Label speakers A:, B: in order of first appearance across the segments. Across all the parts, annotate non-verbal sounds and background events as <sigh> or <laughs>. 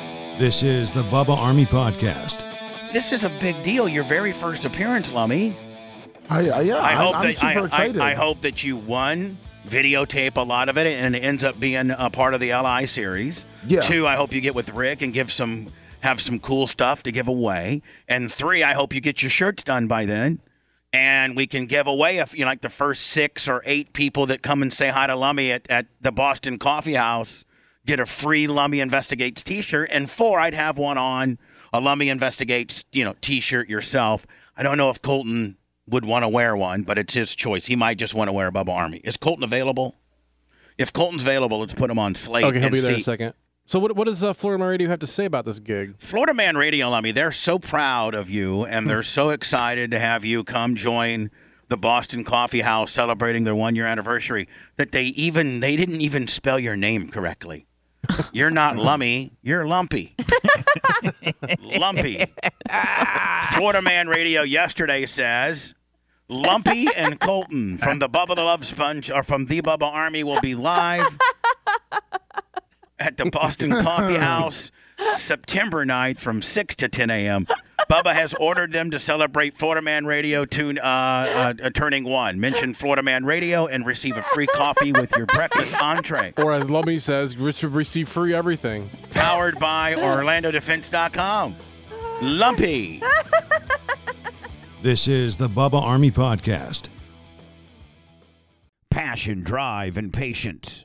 A: This is the Bubba Army Podcast.
B: This is a big deal. Your very first appearance, Lummy.
C: I, I yeah,
B: I
C: I'm-
B: hope
C: I'm,
B: that
C: super
B: I-
C: excited.
B: I, I hope that you won videotape a lot of it and it ends up being a part of the LI series.
C: Yeah.
B: Two, I hope you get with Rick and give some have some cool stuff to give away. And three, I hope you get your shirts done by then. And we can give away if you know, like the first six or eight people that come and say hi to Lummy at, at the Boston Coffee House get a free Lummy Investigates t shirt. And four, I'd have one on a Lummy Investigates, you know, t shirt yourself. I don't know if Colton would want to wear one, but it's his choice. He might just want to wear a Bubba Army. Is Colton available? If Colton's available, let's put him on Slate.
D: Okay, he'll
B: and
D: be there in
B: see-
D: a second. So what what does uh, Florida Man Radio have to say about this gig?
B: Florida Man Radio, Lummy, they're so proud of you and they're so excited to have you come join the Boston Coffee House celebrating their one year anniversary that they even they didn't even spell your name correctly. You're not Lummy, you're Lumpy. Lumpy. Florida Man Radio yesterday says Lumpy and Colton from the Bubba the Love Sponge or from the Bubba Army will be live at the Boston Coffee House September 9th from 6 to 10 a.m. Bubba has ordered them to celebrate Florida Man Radio tune, uh, uh, uh, turning one. Mention Florida Man Radio and receive a free coffee with your breakfast entree.
D: Or as Lummy says, re- receive free everything.
B: Powered by OrlandoDefense.com. Lumpy.
A: This is the Bubba Army Podcast.
B: passion, drive, and patience.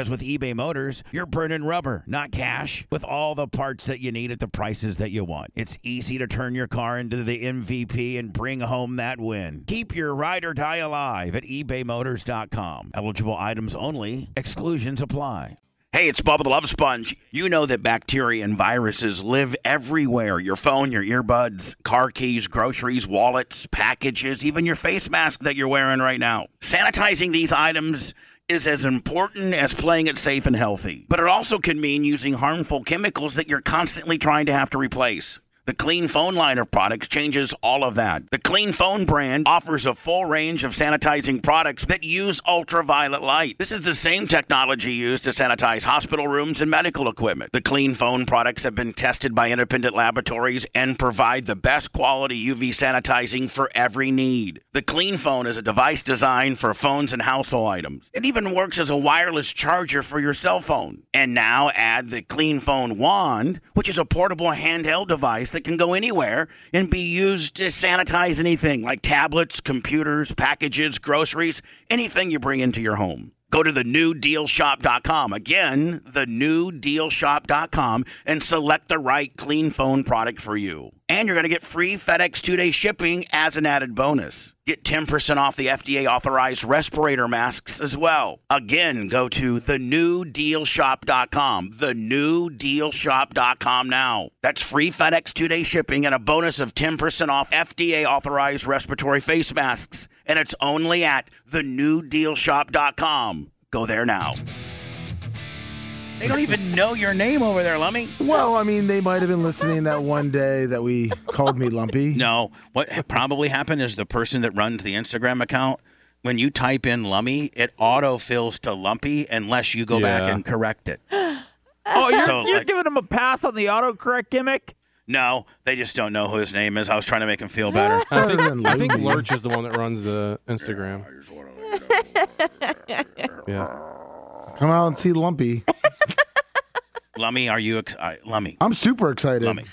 B: with eBay Motors, you're burning rubber, not cash, with all the parts that you need at the prices that you want. It's easy to turn your car into the MVP and bring home that win. Keep your ride or die alive at ebaymotors.com. Eligible items only, exclusions apply. Hey, it's Bubba the Love Sponge. You know that bacteria and viruses live everywhere your phone, your earbuds, car keys, groceries, wallets, packages, even your face mask that you're wearing right now. Sanitizing these items is as important as playing it safe and healthy, but it also can mean using harmful chemicals that you're constantly trying to have to replace. The Clean Phone line of products changes all of that. The Clean Phone brand offers a full range of sanitizing products that use ultraviolet light. This is the same technology used to sanitize hospital rooms and medical equipment. The Clean Phone products have been tested by independent laboratories and provide the best quality UV sanitizing for every need. The Clean Phone is a device designed for phones and household items. It even works as a wireless charger for your cell phone. And now add the Clean Phone Wand, which is a portable handheld device that can go anywhere and be used to sanitize anything like tablets, computers, packages, groceries, anything you bring into your home. Go to thenewdealshop.com. Again, thenewdealshop.com and select the right clean phone product for you. And you're going to get free FedEx two day shipping as an added bonus. Get 10% off the FDA authorized respirator masks as well. Again, go to thenewdealshop.com. Thenewdealshop.com now. That's free FedEx two day shipping and a bonus of 10% off FDA authorized respiratory face masks and it's only at thenewdealshop.com. Go there now. They don't even know your name over there, Lummy.
C: well, I mean, they might have been listening that one day that we called me Lumpy.
B: No, what probably happened is the person that runs the Instagram account, when you type in Lummy, it autofills to Lumpy unless you go back
D: Yeah.
B: and correct it.
E: <gasps> Oh, you're,
B: So,
E: you're
B: like-
E: giving him a pass on the autocorrect gimmick?
B: No, they just don't know who his name is. I was trying to make him feel
E: <laughs>
B: better.
D: I
C: Other
D: think,
C: than
D: I think
C: Lummi.
D: Lurch is the one that runs the Instagram. Yeah.
C: Come out and see Lumpy.
B: Lummy, are you ex- uh, Lummy?
C: I'm super excited.
B: Lummy.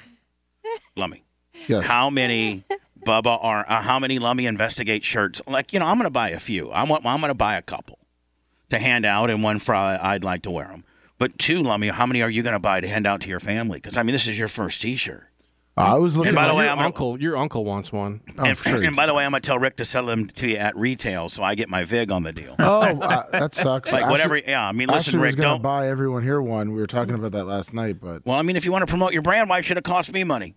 B: Lummy.
C: Yes.
B: How many Bubba are? Uh, how many Lummy investigate shirts? Like you know, I'm going to buy a few. I want. I'm going to buy a couple to hand out, and one for I- I'd like to wear them. But two Lummy, how many are you going to buy to hand out to your family? Because I mean, this is your first T-shirt.
C: I was looking.
B: And by the
C: at-
B: way,
D: your
B: I'm-
D: uncle, your uncle wants one.
C: oh,
B: and,
C: sure
B: and by the way, I'm gonna tell Rick to sell them to you at retail, so I get my vig on the
C: <laughs>
B: deal.
C: <laughs> oh, uh, that sucks.
B: Like
C: Ashley-
B: whatever. Yeah, I mean,
C: Ashley
B: listen,
C: was
B: Rick.
C: gonna
B: Don't.
C: buy everyone here one. We were talking about that last night, but
B: well, I mean, if you want to promote your brand, why should it cost me money?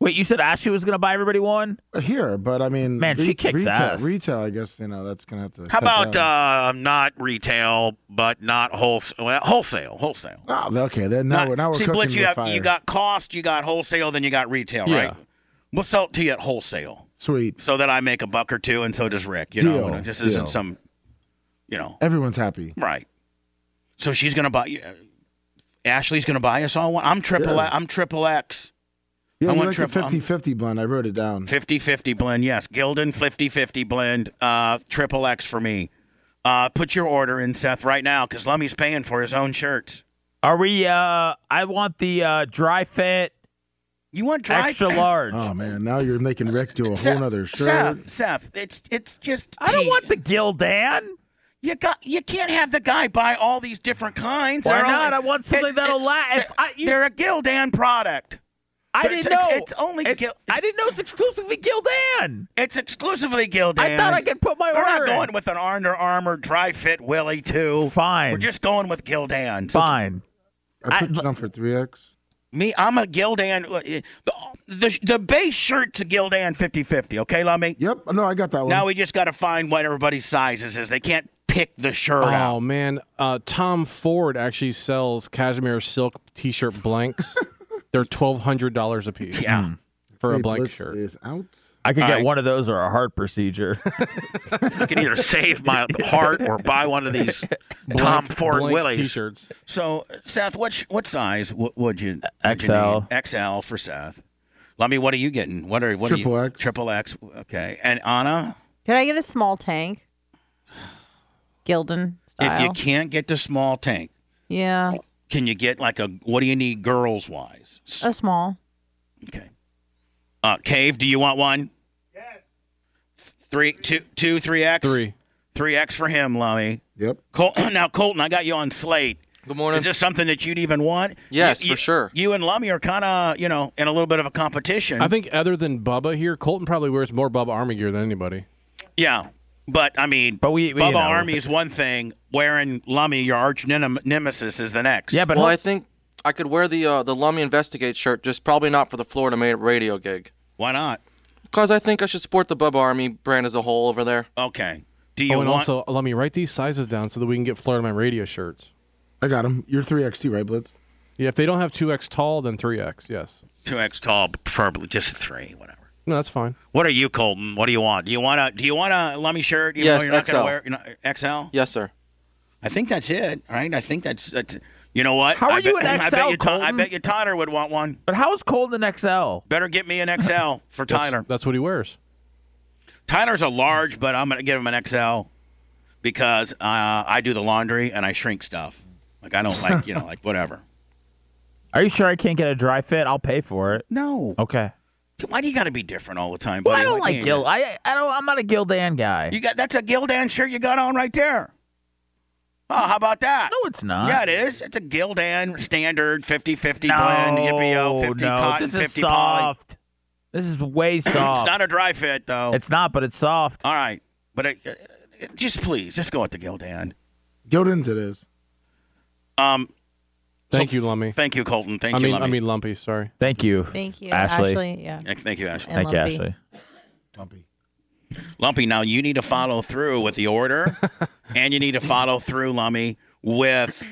E: Wait, you said Ashley was gonna buy everybody one?
C: here. But I mean,
E: Man, she kicks
C: retail,
E: ass.
C: Retail, I guess you know that's gonna have to.
B: How
C: cut
B: about
C: down.
B: uh, not retail, but not wholesale? Well, wholesale, wholesale.
C: Oh, okay, then now
B: uh, Not-
C: we're now we're
B: see,
C: cooking
B: Blitz, you
C: with
B: have
C: fire.
B: you got cost, you got wholesale, then you got retail,
D: Yeah.
B: right? We'll sell it to you at wholesale,
C: sweet.
B: so that I make a buck or two, and so does Rick. You know,
C: Deal,
B: this
C: deal.
B: isn't some, you know,
C: Everyone's happy.
B: right? So she's gonna buy. Ashley's gonna buy us all one. I'm triple.
C: Yeah.
B: i I'm triple X.
C: Yeah,
B: I
C: you
B: want um,
C: like
B: triple- I'm-
C: the 50-50 blend. I wrote it down.
B: 50 50 blend, yes. Gildan 50 50 blend, uh, triple X for me. Uh, put your order in, Seth, right now because Lummy's paying for his own shirts.
E: Are we? uh I want the uh dry fit,
B: You want dry
E: extra large.
C: Oh man, now you're making
B: <laughs>
C: Rick do a
B: Seth,
C: whole nother shirt.
B: Seth, Seth, it's it's just.
E: I don't
B: tea.
E: want the Gildan.
B: You got. You can't have the guy buy all these different kinds.
E: Why
B: They're only-
E: not? I want something
B: it-
E: that'll
B: it-
E: last. If
B: They're,
E: I, you-
B: they're a Gildan product.
E: I
B: it's-
E: didn't know.
B: it's- it's only Gil-
E: I didn't know it's exclusively Gildan.
B: It's exclusively Gildan.
E: I thought I could put my
B: We're not
E: order
B: going
E: in.
B: with an Under Armour dry fit Willie too.
E: Fine.
B: We're just going with Gildan.
E: Fine.
C: I put
E: I-
C: it down for three X.
B: Me, I'm a Gildan. Uh, eh, The, the, the base shirt's a Gildan 50 50, okay, Lummy?
C: Yep. No, I got that one.
B: Now we just got to find what everybody's sizes is. They can't pick the shirt
D: Oh
B: out.
D: man, uh, Tom Ford actually sells cashmere silk T-shirt blanks. They're twelve hundred dollars a piece
B: Yeah.
D: for a
C: Hey,
D: blank
C: Blitz
D: shirt.
C: is out.
E: I could get
B: right.
E: one of those or a heart procedure. <laughs>
B: I can either save
D: <laughs>
B: my heart or buy one of these Tom
D: Blank-
B: Ford
D: blank
B: Willies.
D: T-shirts.
B: So, Seth, what sh- what size w- would you would you
E: XL.
B: need? XL for Seth. Lummy, what are you getting? What are what are you-
C: Triple X.
B: Triple X. Okay. And Anna,
F: Can I get a small tank? Gildan
B: if
F: style.
B: you can't get the small tank,
F: yeah,
B: can you get like a what do you need girls wise?
F: a small.
B: Okay. Uh, Cave, do you want one? Yes. Three, two, two, three X.
D: Three.
B: Three X for him, Lummy.
C: Yep.
B: Col- <clears throat> now, Colton, I got you on slate.
G: Good morning.
B: Is this something that you'd even want?
G: Yes,
B: You-
G: for
B: you-
G: sure.
B: You and Lummy are kind of, you know, in a little bit of a competition.
D: I think other than Bubba here, Colton probably wears more Bubba Army gear than anybody.
B: yeah, but I mean,
E: But we- we,
B: Bubba
E: you know.
B: Army is one thing. Wearing Lummy, your arch nem- nemesis, is the next.
E: yeah, but
G: well,
E: he'll-
G: I think I could wear the uh, the Lummy Investigate shirt, just probably not for the Florida Made radio gig.
B: why not?
G: Because I think I should support the Bubba Army brand as a whole over there.
B: Okay. Do you
D: oh, and
B: want?
D: also let me write these sizes down so that we can get Florida Man radio shirts.
C: I got him. You're three X too, right, Blitz?
D: Yeah, if they don't have two X tall, then three X. Yes.
B: two X tall, but preferably just three, whatever.
D: No, that's fine.
B: What are you, Colton? What do you want? Do you want a do you want a Lummy shirt? even
G: Yes,
B: though you're not Gonna
G: XL.
B: wear, you know, XL.
G: Yes, sir.
B: I think that's it. Right? I think that's that's. You know what?
E: How are
B: I
E: you
B: bet-
E: an
B: I bet
E: XL,
B: you, Ty- I
E: Colton?
B: bet you Tyler would want one.
E: but how is Colton an XL?
B: Better get me an XL for
D: That's-
B: Tyler.
D: That's what he wears.
B: Tyler's a large, but I'm gonna give him an XL because uh, I do the laundry and I shrink stuff. Like I don't like you know like
E: <laughs>
B: whatever.
E: Are you sure I can't get a dry fit? I'll pay for it.
B: No,
E: Okay.
B: why do you got to be different all the time?
E: Well,
B: buddy?
E: I don't
B: Why
E: like
B: can't
E: Gil. I I don't. I'm not a Gildan guy.
B: You You got that's a Gildan shirt you got on right there. Oh, how about that?
E: no, it's not.
B: Yeah, it is. It's a Gildan standard 50 50
E: no,
B: blend, yippee 50
E: no,
B: cotton,
E: this is
B: 50 poly.
E: soft. This is way soft.
B: It's not a Uh, dry fit, though.
E: It's not, but it's soft.
B: All right. But it, it- it- just please, just go with the Gildan.
C: Gildan's it is.
B: Um,
D: Thank you, Lummy.
B: thank you, Colton. Thank
D: I
B: you,
D: mean,
B: Lummi.
D: I mean Lumpy. Sorry.
E: Thank you.
F: Thank you,
E: Ashley.
F: Ashley. yeah.
B: Eh, Thank you, Ashley.
F: And
E: Thank you,
F: lumpy.
E: Ashley.
C: Lumpy.
B: Lumpy, now you need to follow through with the order, and you need to follow through, Lummy, with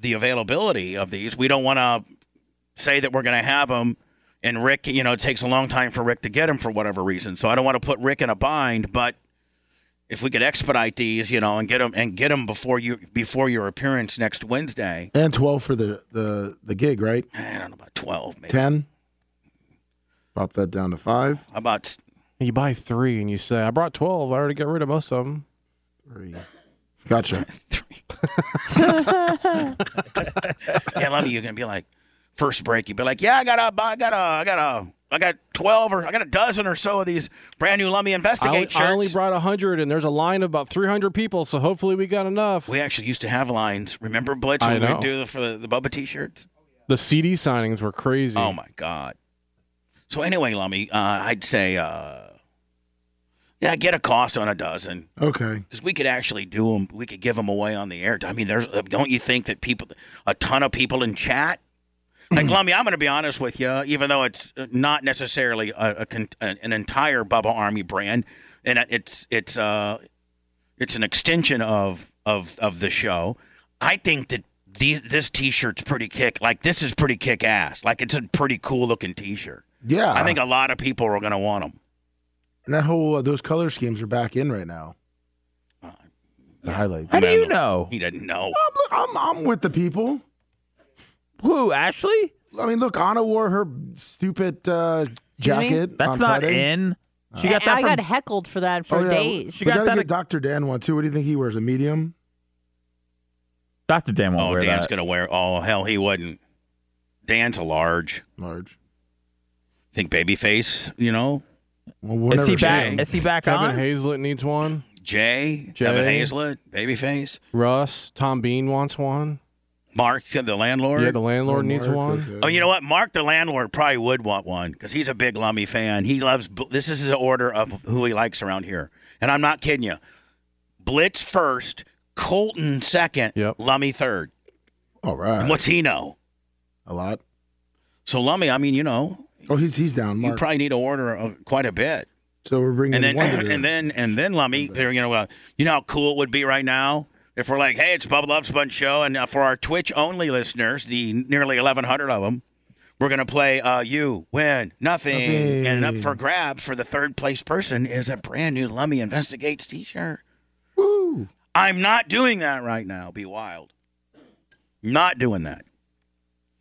B: the availability of these. We don't want to say that we're going to have them, and Rick, you know, it takes a long time for Rick to get them for whatever reason. So I don't want to put Rick in a bind, but if we could expedite these, you know, and get them and get them before you before your appearance next Wednesday.
C: And twelve for the the the gig, right?
B: I don't know about twelve, maybe.
C: Ten. Pop that down to five.
B: How about s-
D: You buy three and you say, "I brought twelve. I already got rid of most of them."
C: Three. Gotcha.
B: yeah, Lummy, you're going to be like first break. You'd be like, yeah, I got a, I got a, I got a. I got twelve or I got a dozen or so of these brand new Lummy
D: I
B: Investigate
D: only,
B: shirts.
D: I only brought hundred, and there's a line of about three hundred people. So hopefully we got enough.
B: we actually used to have lines. Remember Blitz
D: I
B: when we
D: know.
B: do the, for the, the Bubba T-shirts?
D: The CD signings were crazy.
B: Oh my Oh God! So anyway, Lummy, uh, I'd say, uh, yeah, get a cost on a dozen
C: Okay.
B: because we could actually do them. We could give them away on the air. I mean, there's uh, don't you think that people, a ton of people in chat. Like Lummy, I'm going to be honest with you, even though it's uh, not necessarily a, a con- an an entire Bubba Army brand, and it's it's uh it's an extension of of of the show. I think that the, this T-shirt's pretty kick. Like this is pretty kick ass. Like it's a pretty cool looking T-shirt.
C: Yeah.
B: I think a lot of people are going to want them.
C: And that whole uh, those color schemes are back in right now. The highlights.
E: How do you know?
B: He didn't know.
C: I'm, look, I'm I'm with the people.
E: Who, Ashley?
C: I mean, look, Anna wore her stupid uh,
F: Excuse me?
C: jacket.
E: That's
C: on
E: not
C: Friday.
E: in. She got that
F: I
E: from
F: got heckled for that for
C: Oh, yeah.
F: days.
E: She
C: we
E: got
C: gotta
E: that-
C: get Dr. Dan one too. What do you think he wears? A medium?
E: Dr. Dan won't
B: Oh,
E: wear
B: Dan's
E: that.
B: going to wear. Oh, hell, he wouldn't. Dan's a large.
C: Large.
B: Think babyface. You know,
C: Well, whatever
E: Is he
C: she
E: back?
C: is.
E: Is he back
D: Kevin
E: on?
D: Hazlett needs one.
B: Jay,
D: Jay.
B: Kevin Hazlett, babyface.
D: Russ, Tom Bean wants one.
B: Mark, uh, the landlord.
D: Yeah, the landlord needs
C: Mark,
D: one.
C: okay.
B: Oh, you know what? Mark, the landlord, probably would want one because he's a big Lummy fan. He loves. Bl- This is the order of who he likes around here, and I'm not kidding you. Blitz first, Colton second,
D: Yep.
B: Lummy third.
C: All right.
B: What's he know?
C: A lot.
B: So Lummy, I mean, you know,
C: Oh, he's he's down.
B: you
C: Mark.
B: probably need to order uh, quite a bit.
C: so we're
B: <coughs>
C: bringing
B: and then <laughs>
C: one. to the-
B: and then and then Lummy, you know, uh, you know how cool it would be right now if we're like, hey, it's Bubba Love Sponge Show, and uh, for our Twitch only listeners, the nearly 1,100 of them, we're gonna play uh, you win nothing.
C: Nothing.
B: and up for grabs for the third place person is a brand new Lummy Investigates T-shirt.
C: Woo.
B: I'm not doing that right now. Be wild. Not doing that.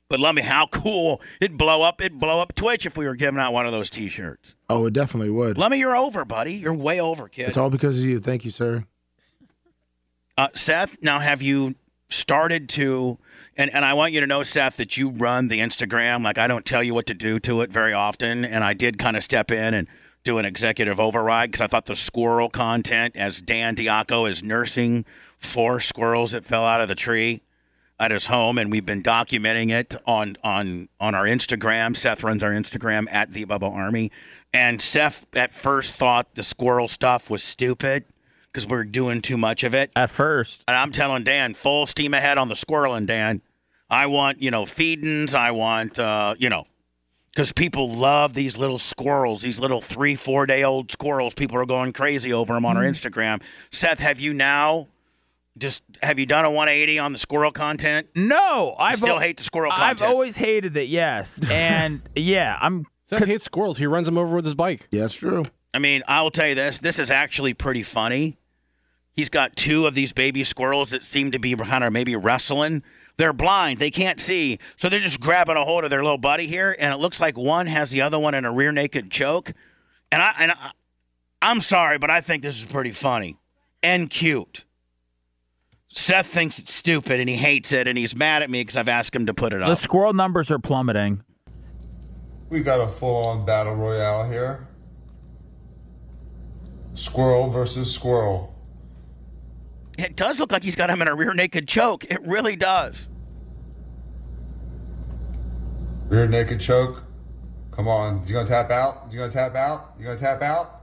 B: But Lummy, how cool! It'd blow up. It'd blow up Twitch if we were giving out one of those T-shirts.
C: Oh, it definitely would.
B: Lummy, you're over, buddy. You're way over, kid.
C: It's all because of you. Thank you, sir.
B: Uh, Seth, now have you started to, and, and I want you to know, Seth, that you run the Instagram. Like, I don't tell you what to do to it very often. And I did kind of step in and do an executive override because I thought the squirrel content, as Dan Diaco is nursing four squirrels that fell out of the tree at his home and we've been documenting it on on on our Instagram. Seth runs our Instagram at the Bubba Army. And Seth at first thought the squirrel stuff was stupid because we're doing too much of it.
E: At first.
B: And I'm telling Dan, full steam ahead on the squirreling, Dan. I want, you know, feedings. I want, uh, you know, because people love these little squirrels, these little three, four day old squirrels. People are going crazy over them on our
E: Mm-hmm.
B: Instagram. Seth, have you now just, have you done a 180 on the squirrel content?
E: No,
B: I
E: I've
B: still
E: al-
B: hate the squirrel
E: I've
B: content.
E: always hated it.
B: <laughs>
E: Yes, and yeah, I'm.
D: Seth hates squirrels. He runs them over with his
B: <laughs>
D: bike.
C: Yeah, it's true.
B: I mean, I will tell you this. This is actually pretty funny. He's got two of these baby squirrels that seem to be kind of maybe wrestling. They're blind. They can't see. So they're just grabbing a hold of their little buddy here, and it looks like one has the other one in a rear naked choke. And I and I, I'm sorry, but I think this is pretty funny and cute. Seth thinks it's stupid and he hates it and he's mad at me because I've asked him to put it
E: The
B: up.
E: squirrel numbers are plummeting.
H: We got a full on battle royale here. Squirrel versus squirrel.
B: It does look like he's got him in a rear naked choke. It really does.
H: Rear naked choke. Come on. Is he gonna tap out? Is he gonna tap out? You gonna tap out?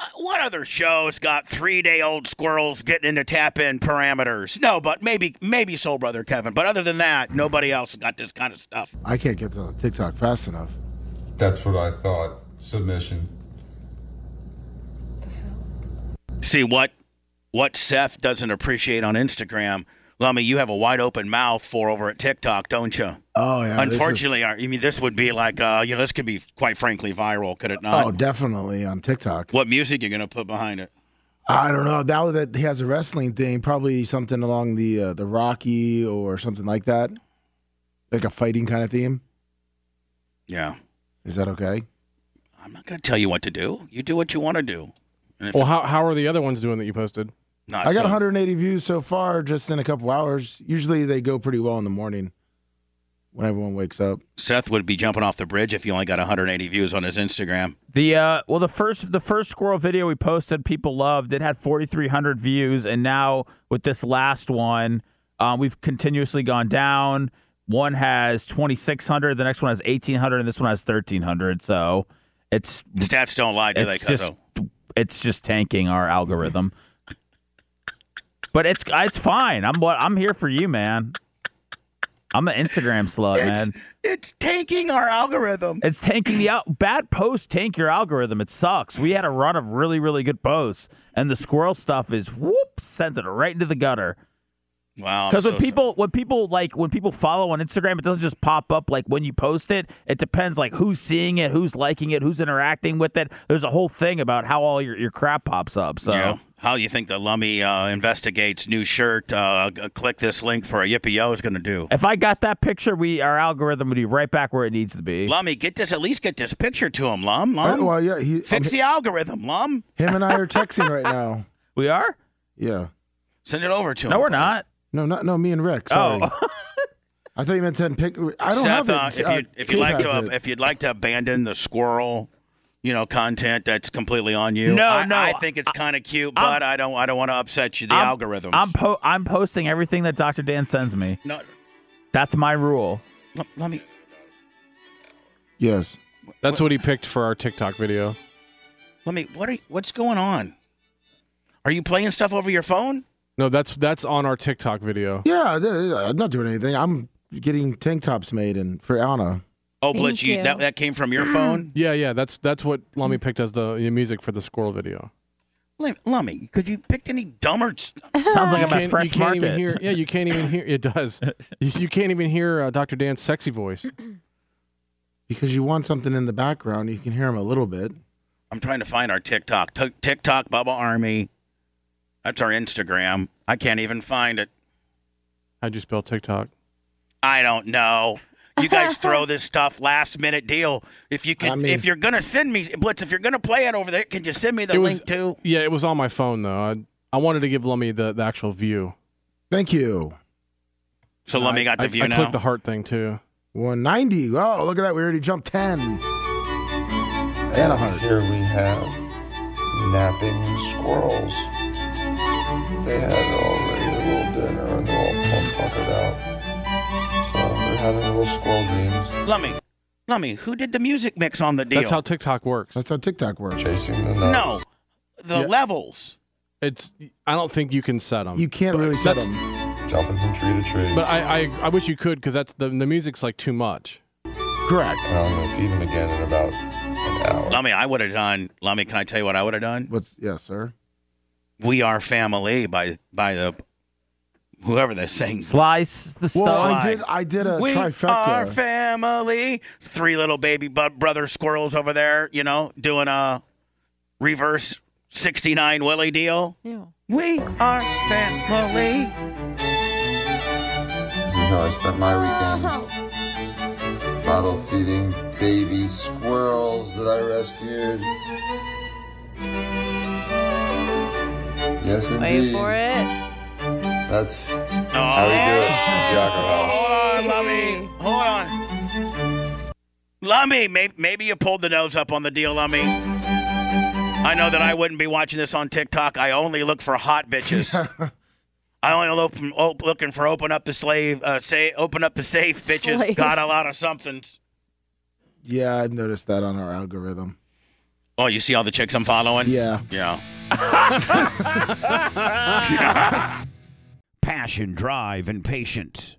B: Uh, What other show's got three day old squirrels getting into tap in parameters? No, but maybe maybe Soul Brother Kevin. But other than that, nobody else got this kind of stuff.
C: I can't get to TikTok fast enough.
H: That's what I thought. Submission.
B: See what what Seth doesn't appreciate on Instagram. Lummy, you have a wide open mouth for over at TikTok, don't you?
C: Oh yeah. this is-
B: Unfortunately, I I mean this would be like uh, you know this could be quite frankly viral, could it not?
C: oh, definitely on TikTok.
B: what music you gonna put behind it?
C: I don't know. Now that he has a wrestling thing, probably something along the uh, the Rocky or something like that, like a fighting kind of theme.
B: Yeah,
C: Is that okay?
B: I'm not gonna tell you what to do. You do what you want to do. And if
D: Well, how, how are the other ones doing that you posted?
B: not
C: I got
B: some-
C: 180 views so far, just in a couple hours. Usually they go pretty well in the morning when everyone wakes up.
B: Seth would be jumping off the bridge if he only got 180 views on his Instagram.
E: The uh, well, the first the first squirrel video we posted, people loved. It had 4,300 views, and now with this last one, um, we've continuously uh, gone down. One has 2,600, the next one has 1,800, and this one has 1,300. So it's
B: Stats don't lie, do
E: it's
B: they,
E: just
B: Cuzzo?
E: it's just tanking our algorithm. but it's it's fine. I'm what I'm here for you, man. I'm an Instagram slut, man.
B: It's tanking our algorithm.
E: It's tanking the out. Bad posts tank your algorithm. It sucks. We had a run of really, really good posts, and the squirrel stuff is whoop sends it right into the gutter.
B: Wow. I'm
E: Because when
B: so
E: people when people like when people follow on Instagram, it doesn't just pop up like when you post it. It depends like who's seeing it, who's liking it, who's interacting with it. There's a whole thing about how all your, your crap pops up. So
B: sorry. Yeah. How you think the Lummy uh, investigates new shirt? Uh, g- click this link for a yippee yo is going to do.
E: if I got that picture, we our algorithm would be right back where it needs to be.
B: Lummy, get this at least get this picture to him, Lum. Lum,
C: Uh, well, yeah, he, I'm-
B: Um, fix the algorithm, Lum.
C: him and I are texting
B: <laughs>
C: right now.
E: We are?
C: Yeah.
B: Send it over to him.
E: No, we're not.
C: No, not no. Me and Rick.
B: Oh.
C: Sorry.
B: <laughs>
C: I thought you meant ten pick. I don't
B: Seth,
C: have it.
B: uh, if,
C: Uh,
B: you, if
C: Keith
B: you'd like
C: has
B: to,
C: it.
B: if you'd like to abandon the squirrel, you know, content that's completely on you.
E: No,
B: I,
E: no,
B: I think it's kind of cute,
E: I'm-
B: but I don't, I don't want to upset you. The
E: I'm-
B: algorithm.
E: I'm po- I'm posting everything that Dr. Dan sends me.
B: no,
E: That's
D: <laughs>
E: my rule.
B: L- Lummy.
C: yes.
D: That's what he picked for our TikTok video.
B: Let me. What are? you- What's going on? Are you playing stuff over your phone?
D: No, that's that's on our TikTok video.
C: Yeah, th- th- I'm not doing anything. I'm getting tank tops made and for Anna.
B: Oh,
F: Thank
B: Blitz, you,
F: you.
B: that that came from your
D: <clears throat>
B: phone.
D: Yeah, yeah, that's that's what Lummy picked as the the music for the squirrel video.
B: Lum- Lummy, could you picked any dumber? St-
E: Sounds
D: You
E: like I'm at
D: can't-
E: Fresh
D: you can't
E: Market.
D: even hear. Yeah, you can't even hear. It
C: <laughs>
D: does. You, you can't even hear uh, Dr. Dan's sexy voice.
C: Because you want something in the background, you can hear him a little bit.
B: I'm trying to find our TikTok. T- TikTok, Bubba Army. That's our Instagram. I can't even find it.
D: How'd you spell TikTok?
B: I don't know. You
D: <laughs>
B: guys throw this stuff last minute deal. If you can,
C: I mean-
B: if you're gonna send me Blitz, if you're gonna play it over there, can you send me the
D: It was-
B: link too?
D: Yeah, it was on my phone though. I, I wanted to give Lummy the, the actual view.
C: Thank you.
B: So Lummy got the
D: I,
B: view
D: I
B: now.
D: clicked the heart thing too.
C: 190. Oh, look at that. We already jumped 10. And a heart.
H: Here we have napping squirrels. They had already a little dinner and they're all, all tuckered out. So they're having little squirrel dreams,
B: Lummy, Lummy, who did the music mix on the deal?
D: That's how TikTok works.
C: That's how TikTok works.
H: chasing the
B: no,
H: nuts.
B: the
D: Yeah.
B: levels.
D: It's I don't think you can set them.
C: You can't really set
D: that's-
C: them.
H: No. Jumping from tree to tree.
D: But I, I I wish you could because that's the the music's like too much.
C: Correct.
H: and I'm gonna feed them again in about an hour.
B: Lummy, I would have done. Lummy, can I tell you what I would have done?
C: What's, yes, sir.
B: We are family by by the whoever that sings.
E: Slice the
C: Well,
E: stuff.
C: I did, I did a
B: we are
C: uh, trifecta.
B: family. Three little baby bu- brother squirrels over there, you know, doing a reverse sixty nine Willie deal.
F: Ew.
B: We are family.
H: This is how I spent my
F: Uh-huh.
H: weekends. Bottle feeding baby squirrels that I rescued. Yes,
F: Wait
H: indeed.
F: for it.
H: That's
B: Oh,
H: how we do it.
F: Yes.
H: Yager House.
B: Hold on, Lummy. Hold on. Lummy, may- maybe you pulled the nose up on the deal, Lummy. I know that I wouldn't be watching this on TikTok. I only look for hot bitches. I only look from, op- looking for open up the slave, uh, say open up the safe bitches.
F: Slave.
B: Got a lot of somethings.
C: yeah, I've noticed that on our algorithm.
B: Oh, you see all the chicks I'm following?
C: Yeah.
B: Yeah. Passion, drive, and patience.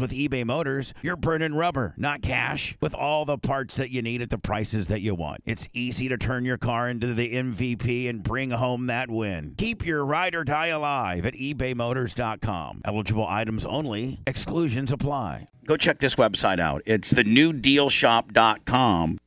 B: with eBay Motors, you're burning rubber, not cash. With all the parts that you need at the prices that you want, it's easy to turn your car into the MVP and bring home that win. Keep your ride or die alive at ebaymotors.com. Eligible items only, exclusions apply. Go check this website out. It's thenewdealshop.com.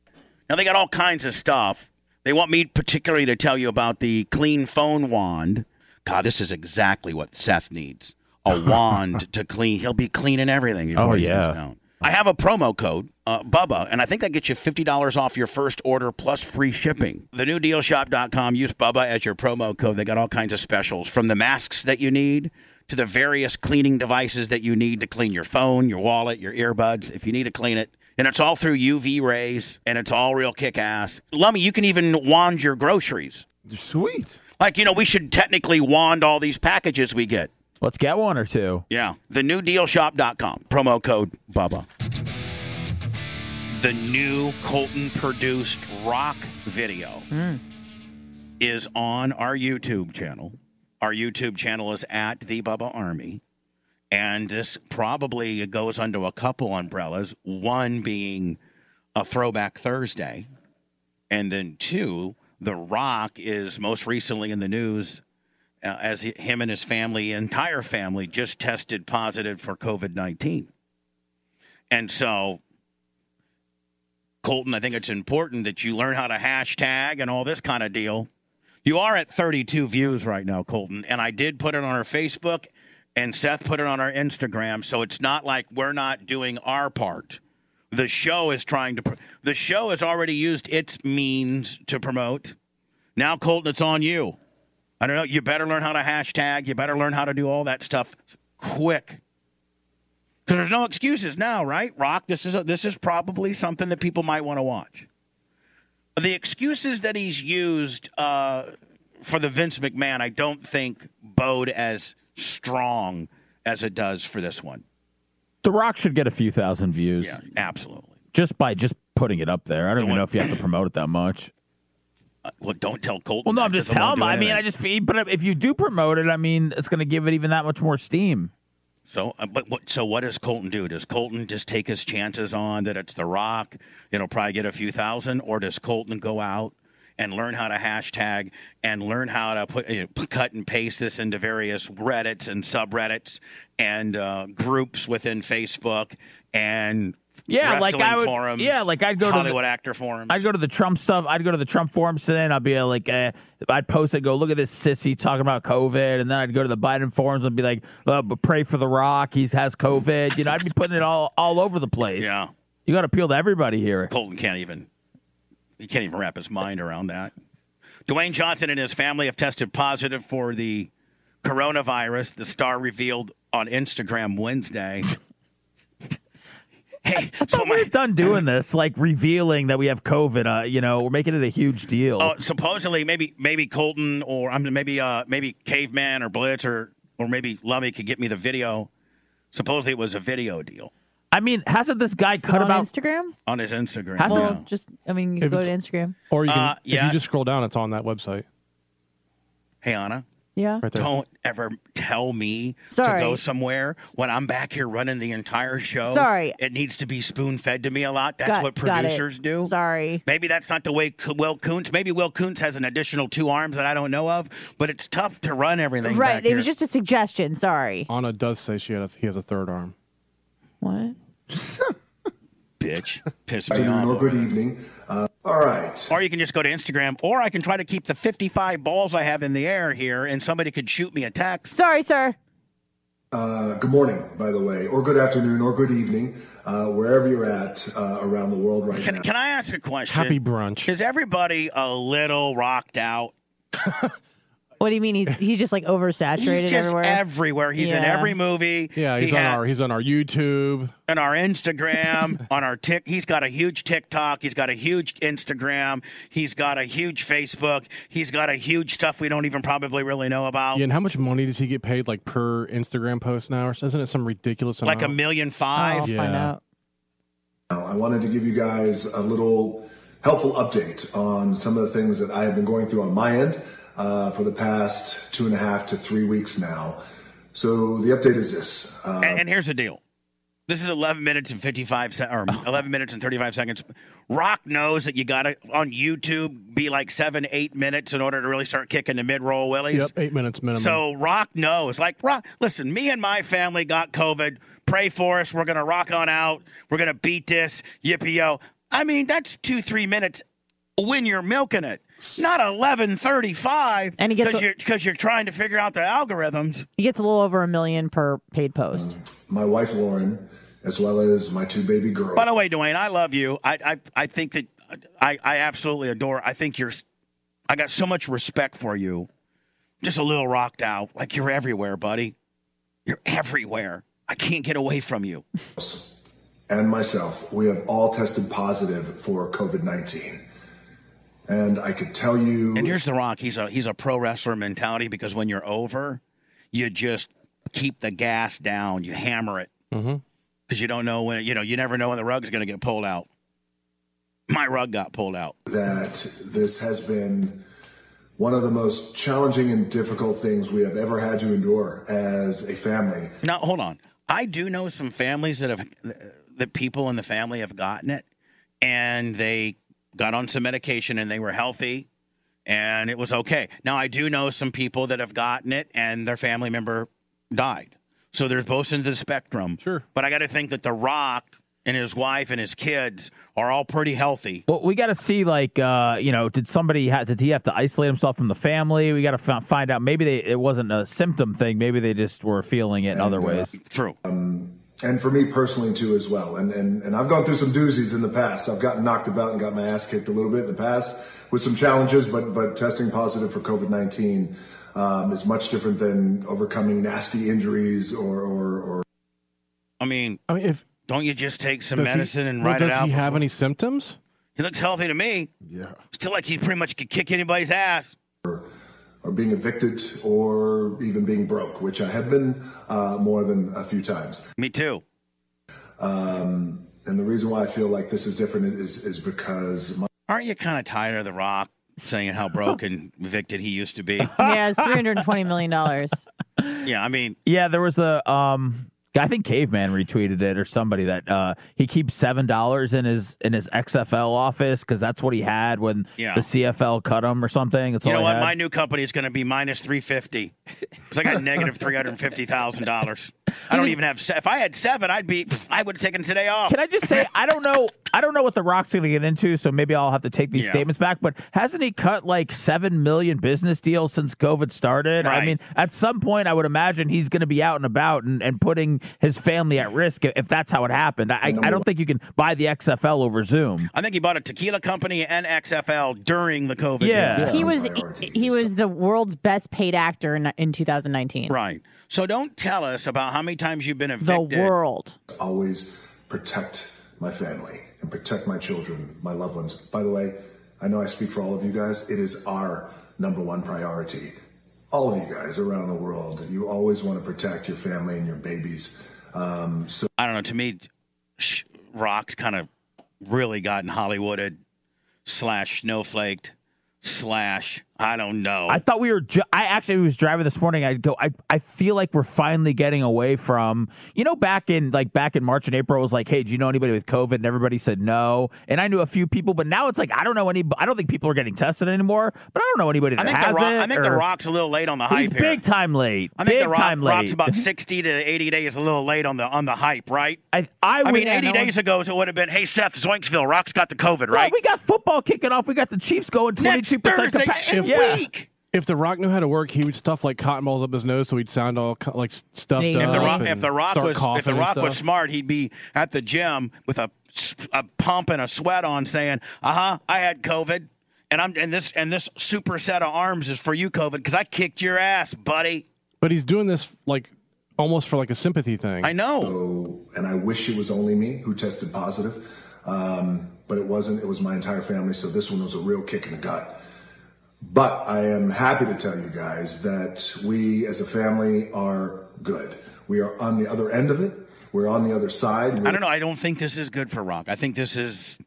B: Now they got all kinds of stuff. They want me particularly to tell you about the clean phone wand. God, this is
E: <laughs>
B: exactly what Seth needs. A wand to clean. He'll be cleaning everything. before
E: Oh,
B: he sits
E: yeah.
B: down. I have a promo code, uh, Bubba, and I think that gets you $50 off your first order plus free shipping. Thenewdealshop.com. Use Bubba as your promo code. They got all kinds of specials from the masks that you need to the various cleaning devices that you need to clean your phone, your wallet, your earbuds, if you need to clean it. And it's all through UV rays, and it's all real kick ass. Lummy, you can even wand your groceries.
C: Sweet.
B: Like, you know, we should technically wand all these packages we get.
E: Let's get one or two.
B: Yeah. Thenewdealshop.com. Promo code Bubba. The new Colton produced rock video is on our YouTube channel. Our YouTube channel is at the Bubba Army. And this probably goes under a couple umbrellas, one being a throwback Thursday. And then two, The Rock is most recently in the news uh, as he- him and his family, entire family, just tested positive for COVID 19. And so, Colton, I think it's important that you learn how to hashtag and all this kind of deal. You are at 32 views right now, Colton, and I did put it on our Facebook, and Seth put it on our Instagram. So it's not like we're not doing our part. The show is trying to. Pr- the show has already used its means to promote. Now, Colton, it's on you. I don't know. You better learn how to hashtag. You better learn how to do all that stuff quick. Because there's no excuses now, right? Rock, this is, a, this is probably something that people might want to watch. The excuses that he's used uh, for the Vince McMahon, I don't think bode as strong as it does for this one.
E: The Rock should get a few thousand views
B: Yeah, absolutely.
E: just by just putting it up there. I don't even know if you have to promote it that much.
B: Uh, well, don't tell Colton.
E: Well, no,
B: that,
E: I'm just
B: 'cause I won't
E: telling him.
B: do
E: I mean,
B: anything.
E: I just feed, but if you do promote it, I mean, it's going to give it even that much more steam.
B: So, uh, but what, so what does Colton do? Does Colton just take his chances on that it's The Rock? It'll probably get a few thousand, or does Colton go out and learn how to hashtag and learn how to put you know, p- cut and paste this into various Reddits and subreddits and uh, groups within Facebook and
E: Yeah, like
B: wrestling
E: I would.
B: forums.
E: yeah, like I'd go to
B: Hollywood
E: the,
B: actor forums.
E: I'd go to the Trump stuff. I'd go to the Trump forums today, and I'd be like, uh, I'd post it, go look at this sissy talking about COVID, and then I'd go to the Biden forums and be like, oh, but pray for the Rock, he's has COVID. You know, I'd be putting it all all over the place.
B: yeah,
E: you got to appeal to everybody here.
B: Colton can't even he can't even wrap his mind around that. Dwayne Johnson and his family have tested positive for the coronavirus. The star revealed on Instagram
E: <laughs>
B: Wednesday. hey, so my,
E: We're done doing this, like revealing that we have COVID. Uh, you know, we're making it a huge deal.
B: oh, supposedly maybe maybe Colton or I'm maybe uh maybe Caveman or Blitz or or maybe Lummy could get me the video. Supposedly it was a video deal
E: I mean, hasn't this guy cut
F: on
E: about?
F: Instagram?
B: on his Instagram. Uh,
E: Has it-
F: Well,
B: Yeah.
F: just I mean, you
D: If
F: go to
D: it's-
F: Instagram.
D: Or you can,
B: Uh,
D: if
B: yes.
D: you just scroll down, it's on that website
B: Hey Anna.
F: Yeah.
D: right there.
B: Don't ever tell me
F: Sorry.
B: to go somewhere when I'm back here running the entire show.
F: Sorry.
B: It needs to be spoon fed to me a lot. That's
F: Got-
B: what
F: got it.
B: producers do.
F: Sorry.
B: Maybe that's not the way Co- Will Coons. Maybe Will Coons has an additional two arms that I don't know of, but it's tough to run everything.
F: Right.
B: back
F: It was
B: here.
F: just a suggestion. Sorry.
D: Anna does say she had a, he has a third arm.
F: What? <laughs>
B: bitch. Piss me off.
I: good evening. Uh, all right.
B: Or you can just go to Instagram, or I can try to keep the 55 balls I have in the air here, and somebody could shoot me a text.
F: Sorry, sir.
I: Uh, good morning, by the way, or good afternoon, or good evening, uh, wherever you're at uh, around the world right
B: Can,
I: now.
B: can I ask a question?
D: Happy brunch.
B: Is everybody a little rocked out?
F: What do you mean? He, he's just like oversaturated
B: He's just
F: everywhere.
B: everywhere. He's in
F: Yeah.
B: every movie.
D: Yeah, he's
B: He
D: on
B: ha-
D: our he's on our YouTube.
B: on our Instagram, <laughs> on our tick. He's got a huge TikTok. He's got a huge Instagram. He's got a huge Facebook. He's got a huge stuff we don't even probably really know about.
D: Yeah, and how much money does he get paid like per Instagram post now? Or isn't it some ridiculous amount?
B: like a million
F: I'll
B: five.
D: Yeah.
F: find out.
I: I wanted to give you guys a little helpful update on some of the things that I have been going through on my end uh, for the past two and a half to three weeks now. So the update is this. Uh,
B: And, and here's the deal. This is 11 minutes and 55 se-
D: <laughs>
B: or 11 minutes and 35 seconds. Rock knows that you got to on YouTube be like seven, eight minutes in order to really start kicking the mid roll willies.
D: Yep, eight minutes minimum.
B: So Rock knows. Like Rock, listen, me and my family got COVID. Pray for us. We're gonna rock on out. We're gonna beat this. Yippee yo! I mean, that's two three minutes when you're milking it, not eleven thirty five.
F: And he gets
B: because
F: a-
B: you're because you're trying to figure out the algorithms.
F: He gets a little over a million per paid post.
I: my wife Lauren as well as my two baby girls.
B: By the way, Dwayne, I love you. I I, I think that I, I absolutely adore. I think you're. I got so much respect for you. Just a little rocked out. Like you're everywhere, buddy. You're everywhere. I can't get away from you.
I: and myself, we have all tested positive for COVID 19. And I could tell you.
B: And here's The Rock. He's a he's a pro wrestler mentality because when you're over, you just keep the gas down. You hammer it
D: Mhm.
B: because you don't know when. You know you never know when the rug's going to get pulled out. My rug got pulled out.
I: that this has been one of the most challenging and difficult things we have ever had to endure as a family.
B: Now hold on. I do know some families that have the people in the family have gotten it, and they got on some medication and they were healthy, and it was okay. Now I do know some people that have gotten it and their family member died. So there's both ends of the spectrum.
D: Sure.
B: But I got to think that The Rock and his wife and his kids are all pretty healthy.
E: Well, we got to see, like, uh, you know, did somebody ha did he have to isolate himself from the family? We got to f- find out. Maybe they it wasn't a symptom thing. Maybe they just were feeling it in other ways.
B: True.
I: And for me personally too as well. And, and and I've gone through some doozies in the past. I've gotten knocked about and got my ass kicked a little bit in the past with some challenges, but but testing positive for COVID nineteen um, is much different than overcoming nasty injuries or, or, or
B: I mean,
D: I mean, if
B: don't you just take some
D: does
B: medicine
D: he,
B: and
D: well,
B: write
D: does
B: it out?
D: he have
B: before-
D: any symptoms?
B: he looks healthy to me.
C: Yeah.
B: Still like he pretty much could kick anybody's ass.
I: or being evicted or even being broke, which I have been uh, more than a few times.
B: Me too.
I: Um, and the reason why I feel like this is different is is because my,
B: Aren't you kind of tired of The Rock saying how
E: <laughs>
B: broken evicted he used to be?
F: yeah, it's three hundred and twenty
B: <laughs>
F: million dollars.
B: Yeah, I mean,
E: Yeah, there was a um I think Caveman retweeted it or somebody that uh he keeps seven dollars in his in his XFL office because that's what he had when
B: Yeah.
E: the CFL cut him or something. That's
B: you
E: all
B: know
E: he
B: what?
E: had.
B: My new company is going to be minus three fifty. Because I got negative three hundred fifty thousand dollars. I don't even have. Se- if I had seven, I'd be. I would have taken today off.
E: Can I just say I don't know I don't know what the Rock's going to get into, so maybe I'll have to take these
B: Yeah.
E: statements back. But hasn't he cut like seven million business deals since COVID started? I
B: Right.
E: mean, at some point, I would imagine he's going to be out and about and, and putting his family at risk if- if that's how it happened. I, I don't think you can buy the XFL over Zoom.
B: I think he bought a tequila company and XFL during the COVID.
E: Yeah.
B: pandemic.
F: He was
I: priority
F: he was the world's best paid actor in, in 2019.
B: Right. So don't tell us about how many times you've been
F: The
B: evicted.
F: world.
I: always protect my family and protect my children, my loved ones. By the way, I know I speak for all of you guys. It is our number one priority. All of you guys around the world, you always want to protect your family and your babies. Um, so
B: I don't know. To me, sh- Rock's kind of really gotten Hollywooded slash snowflaked slash I don't know.
E: I thought we were. Ju- I actually was driving this morning. I go. I, I feel like we're finally getting away from. You know, back in like back in March and April, it was like, hey, do you know anybody with COVID? And everybody said no. And I knew a few people, but now it's like I don't know any. I don't think people are getting tested anymore. But I don't know anybody
B: I
E: that
B: think
E: has
B: the Rock,
E: it.
B: I think the
E: or-
B: Rock's a little late on the
E: He's
B: hype here.
E: big time late.
B: I think
E: big
B: the Rock,
E: time late.
B: Rock's about
E: <laughs>
B: sixty to eighty days a little late on the on the hype, right?
E: I, I,
B: I
E: would-
B: mean, eighty days ago it would have been, hey Seth, Zoinksville, Rock's got the COVID,
E: Well,
B: right?
E: we got football kicking off. We got the Chiefs going twenty
B: Next
E: two percent
B: Thursday in a
E: yeah.
B: week.
D: If the Rock knew how to work, he would stuff like cotton balls up his nose, so he'd sound all co- like s- stuffed
F: If the
D: up.
B: If the Rock,
D: and
B: if the Rock
D: start
B: was
D: coughing
B: if the
D: and
B: Rock was
D: stuff.
B: smart, he'd be at the gym with a a pump and a sweat on, saying, "Uh huh, I had COVID, and I'm and this and this super set of arms is for you, COVID, because I kicked your ass, buddy.
D: but he's doing this like almost for like a sympathy thing.
B: I know."
I: and I wish it was only me who tested positive, um, but it wasn't. It was my entire family. So this one was a real kick in the gut. But I am happy to tell you guys that we as a family are good. We are on the other end of it. We're on the other side.
B: I
I: We're
B: don't know. I don't think this is good for Rock. I think this is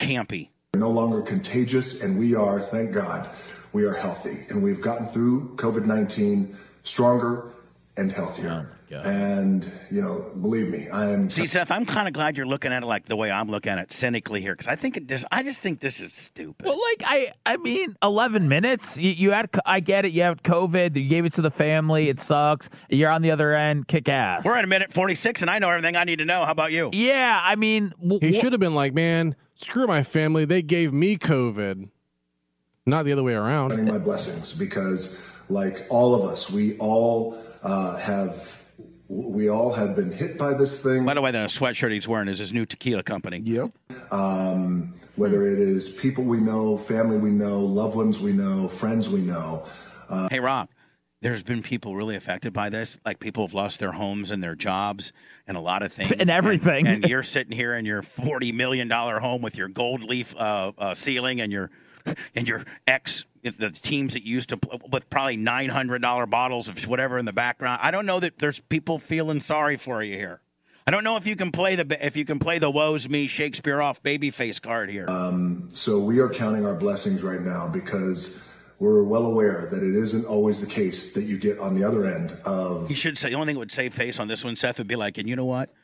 B: campy.
I: no longer contagious, and we are, thank God, we are healthy. And we've gotten through COVID 19 stronger and healthier. and, you know, believe me, I am.
B: See, Seth, I'm kind of glad you're looking at it like the way I'm looking at it cynically here, because I think it just, I just think this is stupid.
E: Well, like I, I mean, eleven minutes. You, you had, I get it. You had COVID. You gave it to the family. It sucks. You're on the other end. Kick ass.
B: We're at a minute 46, and I know everything I need to know. How about you?
E: yeah, I mean, w-
D: He
E: w- <laughs>
D: should have been like, man, screw my family. They gave me COVID, not the other way around.
I: counting my blessings because, like all of us, we all uh, have w- we all have been hit by this thing.
B: By the way, the sweatshirt he's wearing is his new tequila company.
C: Yep.
I: um, whether it is people we know, family we know, loved ones we know, friends we know.
B: Uh, Hey, Rock, there's been people really affected by this. Like people have lost their homes and their jobs and a lot of things.
E: <laughs> And everything.
B: And, you're sitting here in your $40 million home with your gold leaf uh, uh, ceiling and your and your ex, the teams that used to pl- with probably $900 bottles of whatever in the background. I don't know that there's people feeling sorry for you here. I don't know if you can play the if you can play the woes me Shakespeare off babyface card here.
I: So we are counting our blessings right now because we're well aware that it isn't always the case that you get on the other end of
B: You should say the only thing that would save face on this one, Seth, would be like, and you know what?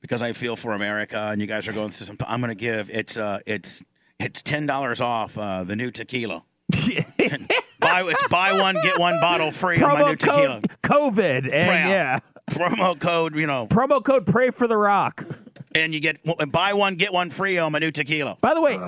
B: Because I feel for America, and you guys are going through some. I'm going to give it's uh it's it's ten dollars off uh, the new tequila. buy it's buy one get one bottle free on my new
E: Promo
B: tequila.
E: code COVID. And
B: Proud.
E: yeah.
B: Promo code, you know,
E: Promo code Pray for the Rock.
B: and you get buy one get one free on my new tequila.
E: By the way,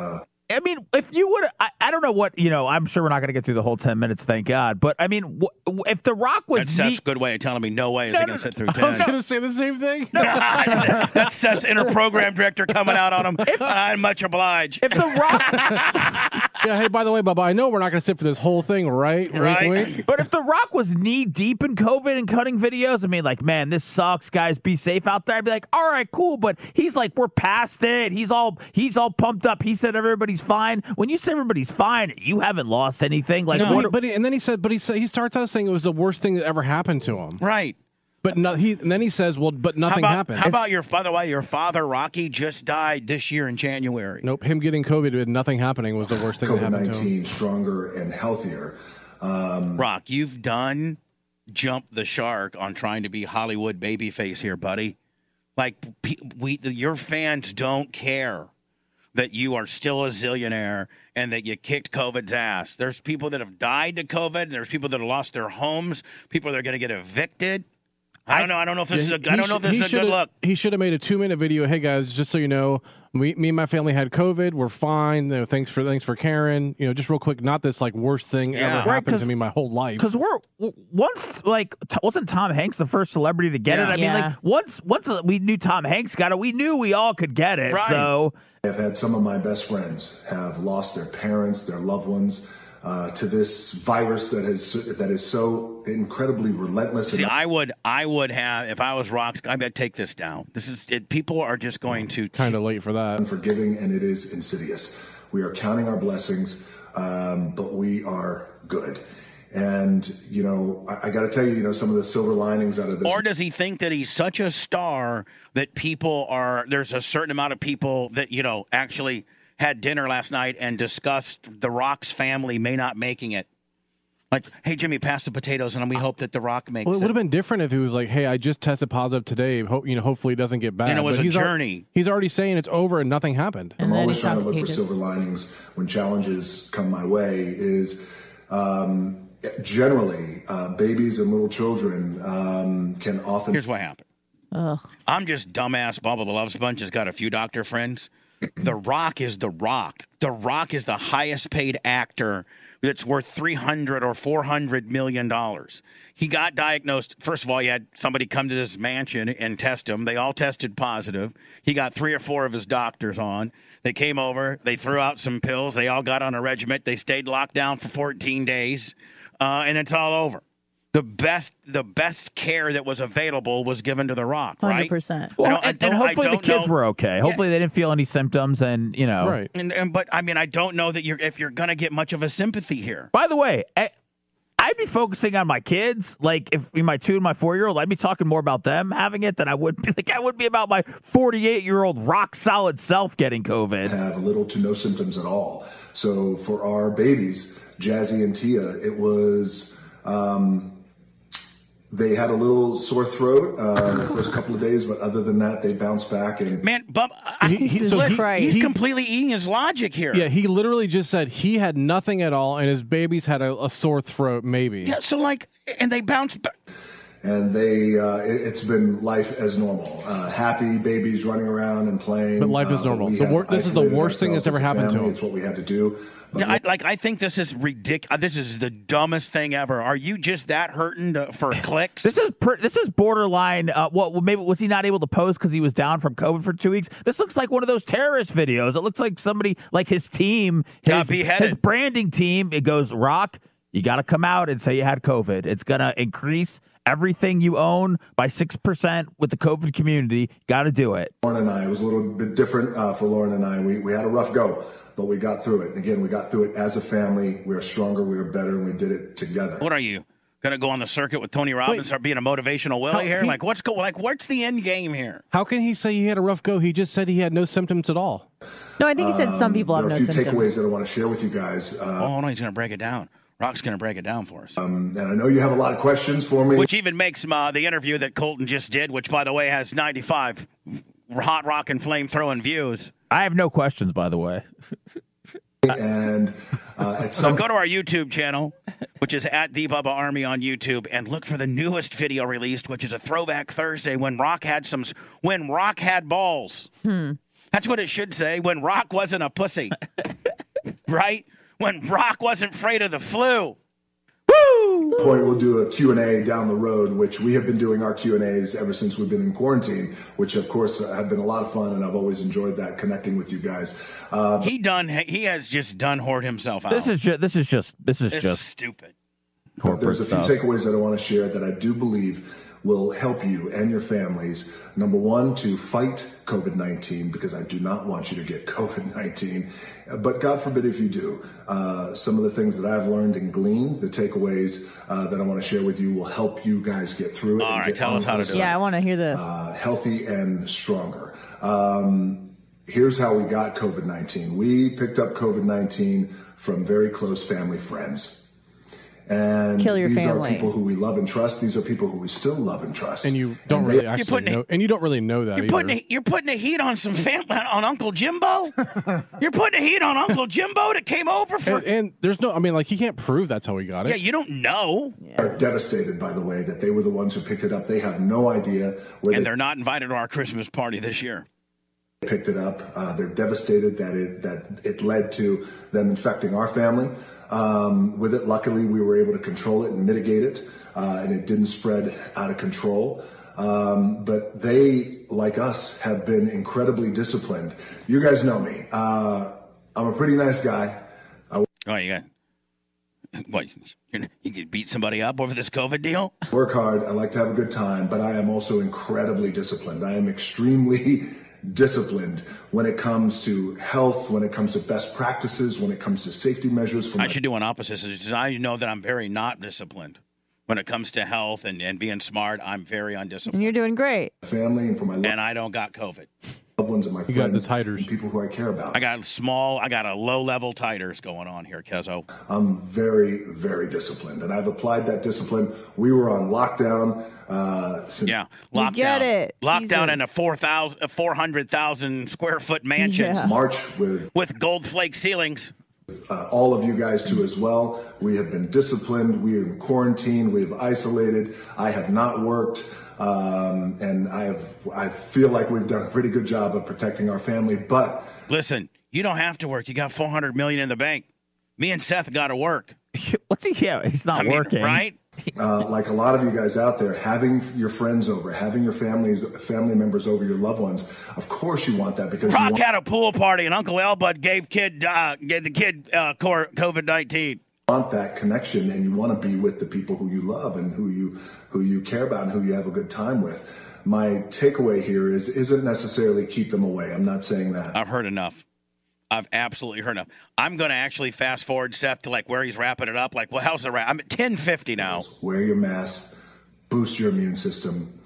E: I mean, if you would, I, I don't know what you know. I'm sure we're not going to get through the whole ten minutes, thank God. But I mean, w- w- if the Rock was
B: That's Seth's
E: neat-
B: good way of telling me no way is it going to sit through
D: <laughs> I was
B: ten.
D: gonna say the same thing. <laughs>
B: <laughs> That's Seth's inner program director coming out on him. I'm much obliged.
E: if the Rock,
D: Yeah. Hey, by the way, Bubba, I know we're not gonna sit for this whole thing, right? Wink,
B: Right.
D: wink.
E: but if the Rock was knee deep in COVID and cutting videos, I mean, like, man, this sucks, guys. Be safe out there. I'd be like, all right, cool. But he's like, we're past it. He's all he's all pumped up. He said everybody's fine. When you say everybody's fine, you haven't lost anything.
D: <laughs>
E: Like,
D: But,
E: what,
D: he, but he- and then he said, but he said he starts out saying it was the worst thing that ever happened to him.
B: Right.
D: But no, he and then he says, well, but
B: How
D: nothing
B: about,
D: happened.
B: How about your, by the way, your father, Rocky, just died this year in January.
D: nope, him getting COVID with nothing happening was the worst thing that
I: COVID
D: happened to him.
I: 19 stronger and healthier.
B: Rock, you've done jump the shark on trying to be Hollywood babyface here, buddy. Like, pe- we, your fans don't care that you are still a zillionaire and that you kicked COVID's ass. There's people that have died to COVID. There's people that have lost their homes. People that are going to get evicted. I don't know. I don't know if this
D: Yeah,
B: is a. I don't know if
D: should-
B: this is a good
D: should've-
B: look.
D: He should have made a two minute video. Hey guys, just so you know, me, me and my family had COVID. We're fine. You know, thanks for thanks for caring. You know, just real quick, not this like worst thing
B: Yeah.
D: ever
B: Right,
D: happened
E: 'cause-
D: to me my whole life.
E: because we're w- once like t- wasn't Tom Hanks the first celebrity to get
B: Yeah.
E: it? I mean,
F: Yeah.
E: like once once uh, we knew Tom Hanks got it, we knew we all could get it.
B: Right.
E: So
I: I've had some of my best friends have lost their parents, their loved ones uh, to this virus that has that is so incredibly relentless.
B: See,
I: and
B: I would, I would have if I was Rocks. I bet take this down. This is it, people are just going to
D: Kind of late for that.
I: unforgiving, and it is insidious. We are counting our blessings, um, but we are good. And you know, I, I got to tell you, you know, some of the silver linings out of this.
B: Or does he think that he's such a star that people are there's a certain amount of people that you know actually had dinner last night and discussed the Rock's family may not making it. Like, hey Jimmy, pass the potatoes, and we hope that the Rock makes
D: Well, it would
B: it.
D: have been different if he was like, "Hey, I just tested positive today. Ho- you know, hopefully it doesn't get bad."
B: And it was
D: But
B: a
D: he's al-
B: journey.
D: he's already saying it's over and nothing happened.
F: And
I: I'm
F: then he
I: always
F: saw
I: trying to look for
F: potatoes.
I: silver linings when challenges come my way. Is um, generally uh, babies and little children um, can often
B: Here's what happened. I'm just dumbass Bubba the Love Sponge has got a few doctor friends. The Rock is the Rock. The Rock is the highest paid actor that's worth 300 or 400 million dollars. He got diagnosed. First of all, he had somebody come to this mansion and test him. They all tested positive. He got three or four of his doctors on. They came over, they threw out some pills, they all got on a regiment. They stayed locked down for 14 days. Uh, and it's all over the best the best care that was available was given to the rock
F: Hundred
B: right
F: percent.
B: I
E: well,
B: don't- I
E: and,
B: don't-
E: and
B: I
E: hopefully the
B: don't
E: kids
B: know.
E: were okay. Hopefully they didn't feel any symptoms, and you know.
D: Right.
B: and, and but i mean i don't know that you're if you're gonna get much of a sympathy here
E: By the way. I, I'd be focusing on my kids, like if my two and my four year old. I'd be talking more about them having it than I would <laughs> be like I would be about my forty eight year old rock solid self getting COVID.
I: have little to no symptoms at all. So for our babies, Jazzy and Tia, it was um, they had a little sore throat uh, the first couple of days, but other than that, they bounced back and
B: man but I,
D: <laughs> He- he- so
B: listen,
D: he- Christ.
B: he's
D: he-
B: completely eating his logic here
D: Yeah, he literally just said he had nothing at all, and his babies had a, a sore throat. Maybe.
B: Yeah, so like and they bounce back
I: and they uh, it, it's been life as normal. Uh, happy babies running around and playing.
D: But life is
I: uh,
D: normal.
I: we
D: The
I: have
D: wor- this is the
I: isolated
D: worst thing that's
I: ourselves
D: ever
I: as a
D: happened to
I: family.
D: them.
I: It's what we had to do. But
B: I, like I think this is ridiculous. This is the dumbest thing ever. Are you just that hurting to,
D: <laughs>
B: for clicks?
E: This is per, this is borderline. Uh, what well, maybe was he not able to post because he was down from COVID for two weeks? This looks like one of those terrorist videos. It looks like somebody like his team,
B: Got
E: his,
B: beheaded.
E: his branding team. It goes rock. You got to come out and say you had COVID. It's gonna increase everything you own by six percent with the COVID community. Got to do it.
I: Lauren and I. It was a little bit different uh, for Lauren and I. We, we had a rough go, but we got through it. And again, we got through it as a family. We were stronger, we were better, and we did it together.
B: what are you gonna go on the circuit with Tony Robbins? Start being a motivational Willie
D: How-
B: here?
D: he-
B: like what's go? Like what's the end game here?
D: How can he say he had a rough go? He just said he had no symptoms at all.
F: No, I think he said
B: Um,
F: some people
I: there
F: have
I: are
F: no
I: a few
F: symptoms.
I: takeaways that I want to share with you guys. Uh,
B: Oh, hold on, he's gonna break it down. Rock's gonna break it down for us,
I: and I know you have a lot of questions for me.
B: which even makes uh, the interview that Colton just did, which by the way has 95 hot rock and flame throwing views.
E: I have no questions, by the way.
I: and uh, at
B: So
I: some
B: go to our YouTube channel, which is at the Bubba Army on YouTube, and look for the newest video released, which is a throwback Thursday when Rock had some when Rock had balls.
E: Hmm.
B: That's what it should say. When Rock wasn't a
E: <laughs>
B: pussy, right? When Rock wasn't afraid of the flu.
I: point we'll do a q&a down the road which we have been doing our q&as ever since we've been in quarantine which of course have been a lot of fun and i've always enjoyed that connecting with you guys uh,
B: He done. He has just done hoard himself out.
E: This is just this is just this is
B: This is
E: just
B: stupid.
E: corporate
I: there's a
E: stuff.
I: few takeaways that I want to share that I do believe will help you and your families. Number one, to fight COVID 19, because I do not want you to get <laughs> COVID 19. But God forbid if you do. Uh, some of the things that I've learned and gleaned, the takeaways uh, that I want to share with you will help you guys get through it.
B: All
I: and
B: right,
I: get
B: tell
I: on
B: us how to do it.
F: Yeah, I want to hear this.
I: uh, healthy and stronger. Um, here's how we got COVID 19. We picked up COVID 19 from very close family friends. And
F: Kill your
I: these
F: family.
I: are people who we love and trust. These are people who we still love and trust.
D: And you don't really
I: they-
D: actually
B: putting it-
D: know, and you don't really know that
B: You're
D: either.
B: putting a, you're putting a heat on some fam- on Uncle Jimbo. you're putting a heat on Uncle Jimbo that came over for.
D: and, and there's no, I mean, like he can't prove that's how he got
B: yeah,
D: it.
B: you don't know,
I: are devastated, by the way, that they were the ones who picked it up. They have no idea where
B: and
I: they
B: they're not invited to our Christmas party this year.
I: picked it up. Uh, they're devastated that it that it led to them infecting our family. Um, with it, luckily, we were able to control it and mitigate it, uh, and it didn't spread out of control. Um, but they, like us, have been incredibly disciplined. You guys know me. Uh, I'm a pretty nice guy.
B: Oh, you got what? You you could beat somebody up over this COVID deal?
I: work hard. I like to have a good time, but I am also incredibly disciplined. I am extremely <laughs> disciplined when it comes to health, when it comes to best practices, when it comes to safety measures for
B: I
I: my
B: should do an opposite. is I know that I'm very not disciplined when it comes to health and, and being smart. I'm very
F: and
B: undisciplined,
F: you're doing great.
I: family and for my
B: and I don't got COVID.
I: loved ones and my
D: You got
I: friends,
D: the titers.
I: and people who I care about.
B: I got small. I got a low level titers going on here, Kezo.
I: I'm very, very disciplined, and I've applied that discipline. We were on lockdown uh, since
B: Yeah,
F: You
B: lockdown.
F: get it.
B: Lockdown in a
F: Jesus.
B: 4,000 a 400,000 square foot mansion
F: Yeah.
I: March with
B: with gold flake ceilings.
I: uh, all of you guys too as well. We have been disciplined. We are in quarantine. We have isolated. I have not worked, um, and I have. I feel like we've done a pretty good job of protecting our family. But
B: Listen, you don't have to work. You got 400 million in the bank. Me and Seth got to work.
E: <laughs> What's he? Yeah, he's not
B: I mean,
E: working.
B: right?
I: uh, like a lot of you guys out there, having your friends over, having your families, family members over, your loved ones. Of course, you want that because you
B: Rock
I: want-
B: had a pool party, and Uncle Elbud gave kid uh, gave the kid uh, COVID nineteen.
I: want that connection and you want to be with the people who you love and who you who you care about and who you have a good time with my takeaway here is isn't necessarily keep them away i'm not saying that
B: I've heard enough. I've absolutely heard enough. I'm going to actually fast forward Seth to like where he's wrapping it up. Like, well, how's the wrap? I'm at 1050 now.
I: wear your mask boost your immune system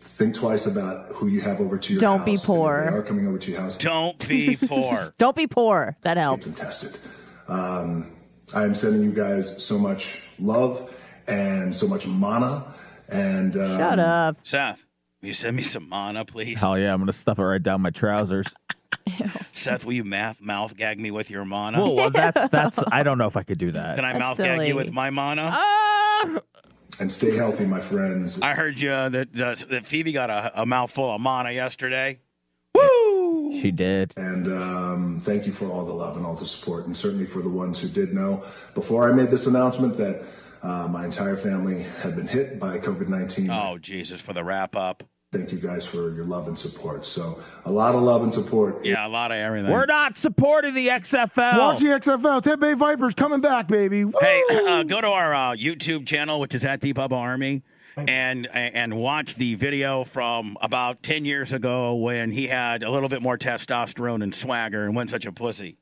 I: think twice about who you have over to your
F: Don't be
I: house, and if
F: poor.
I: they are coming over to your house
B: Don't
F: <laughs>
B: be poor.
F: Don't be poor. That helps.
I: and tested um, i am sending you guys so much love and so much mana and um,
F: Shut up.
B: Seth, will you send me some mana, please?
E: Hell yeah, I'm gonna stuff it right down my trousers.
B: Seth, will you math, mouth gag me with your mana?
E: Well, well, that's that's. I don't know if I could do that.
B: Can I
F: That's
B: mouth gag
F: silly.
B: you with my mana?
E: Ah!
I: and stay healthy, my friends.
B: I heard you uh, that, uh, that Phoebe got a, a mouthful of mana yesterday.
E: She did.
I: And um, thank you for all the love and all the support, and certainly for the ones who did know before I made this announcement that uh, my entire family had been hit by COVID 19.
B: Oh, Jesus, for the wrap up.
I: Thank you guys for your love and support. So, a lot of love and support.
B: Yeah, a lot of everything.
E: We're not supporting the XFL.
C: Watch the XFL. Tampa Bay Vipers coming back, baby. Woo!
B: Hey, uh, go to our uh, YouTube channel, which is at the Bubba Army, and and watch the video from about ten years ago when he had a little bit more testosterone and swagger and wasn't such a pussy.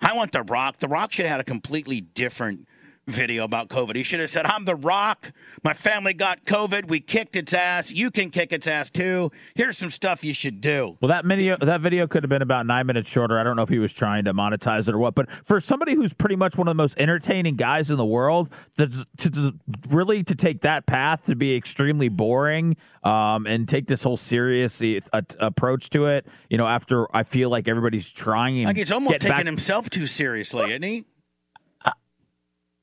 B: I want the Rock. The Rock should have had a completely different video about COVID. He should have said, "I'm the Rock. My family got COVID. We kicked its ass. You can kick its ass too. Here's some stuff you should do."
E: Well, that video that video could have been about nine minutes shorter. I don't know if he was trying to monetize it or what, but for somebody who's pretty much one of the most entertaining guys in the world, to, to, to really to take that path to be extremely boring um, and take this whole serious uh, approach to it, you know, after I feel like everybody's trying, and
B: Like he's almost
E: get
B: taking
E: back-
B: himself too seriously, isn't he?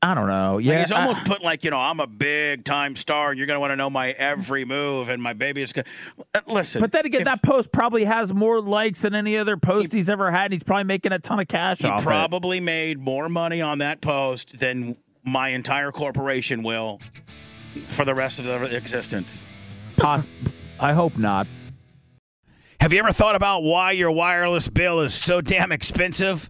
E: I don't know. Yeah,
B: Like he's
E: I-
B: almost put like you know I'm a big time star and you're gonna want to know my every move and my baby is gonna Uh, listen.
E: But then again,
B: if
E: that post probably has more likes than any other post he's ever had. And he's probably making a ton of cash
B: he
E: off it.
B: probably made more money on that post than my entire corporation will for the rest of their existence.
E: Poss- I hope not.
B: Have you ever thought about why your wireless bill is so damn expensive?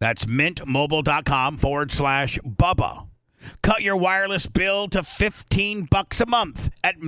B: That's mintmobile.com forward slash Bubba. Cut your wireless bill to 15 bucks a month at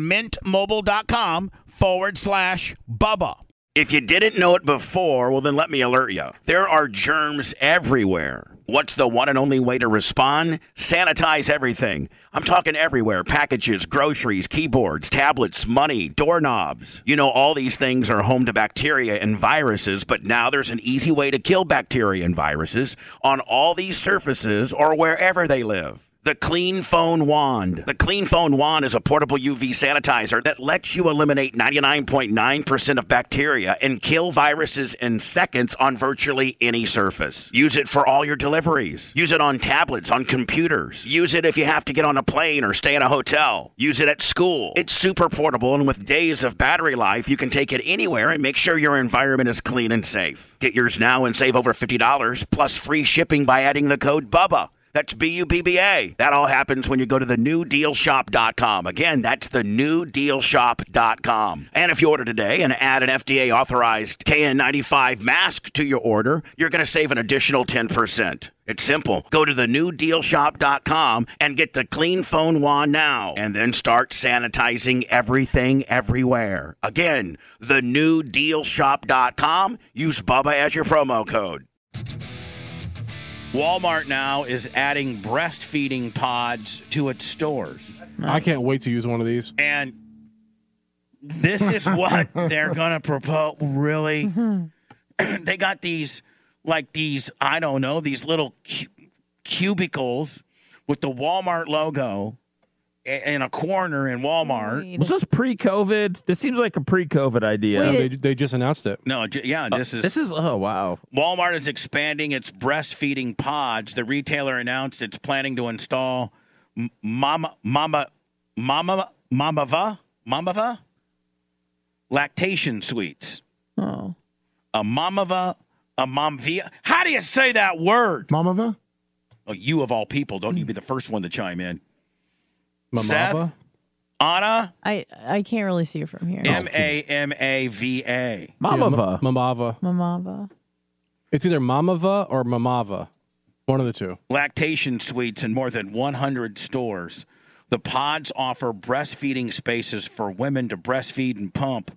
B: mintmobile.com forward slash Bubba. If you didn't know it before, well, then let me alert you. There are germs everywhere. What's the one and only way to respond? Sanitize everything. I'm talking everywhere packages, groceries, keyboards, tablets, money, doorknobs. You know, all these things are home to bacteria and viruses, but now there's an easy way to kill bacteria and viruses on all these surfaces or wherever they live. The Clean Phone Wand. The Clean Phone Wand is a portable UV sanitizer that lets you eliminate 99.9% of bacteria and kill viruses in seconds on virtually any surface. Use it for all your deliveries. Use it on tablets, on computers. Use it if you have to get on a plane or stay in a hotel. Use it at school. It's super portable, and with days of battery life, you can take it anywhere and make sure your environment is clean and safe. Get yours now and save over $50 plus free shipping by adding the code BUBBA. That's B U B B A. That all happens when you go to the newdealshop.com. Again, that's the newdealshop.com. And if you order today and add an FDA authorized KN95 mask to your order, you're going to save an additional 10%. It's simple. Go to the newdealshop.com and get the clean phone wand now and then start sanitizing everything everywhere. Again, the newdealshop.com. Use Bubba as your promo code. Walmart now is adding breastfeeding pods to its stores.
D: I can't wait to use one of these.
B: And this is <laughs> what they're going to propose. Really? <clears throat> they got these, like these, I don't know, these little cu- cubicles with the Walmart logo i- in a corner in Walmart.
E: Was this pre-COVID? This seems like a pre-COVID idea.
F: Wait,
D: They, they just announced it.
B: No, j- yeah, Uh, this is
E: this is oh wow.
B: Walmart is expanding its breastfeeding pods. The retailer announced it's planning to install m- Mama Mama Mama Mamava Mamava lactation suites.
F: Oh.
B: A Mamava a Mamvia. How do you say that word?
C: Mamava?
B: Oh, you of all people, don't you be the first one to chime in.
D: Mamava?
B: Anna
F: I I can't really see it from here.
B: M A M A V A.
E: Mamava.
D: Yeah, Ma- Mamava.
F: Mamava.
D: It's either Mamava or Mamava. One of the two.
B: lactation suites in more than 100 stores. The pods offer breastfeeding spaces for women to breastfeed and pump.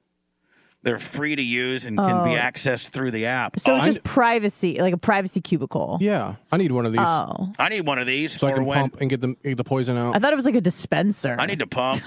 B: They're free to use and can be
F: Oh.
B: accessed through the app.
F: So
D: Oh,
F: it's
D: I
F: just privacy, like a privacy cubicle.
D: Yeah, I need one of these
F: Oh.
B: I need one of these
D: so I
B: for
D: can
B: when
D: pump and get the get the poison out.
F: I thought it was like a dispenser.
B: I need to
F: <laughs>
B: pump.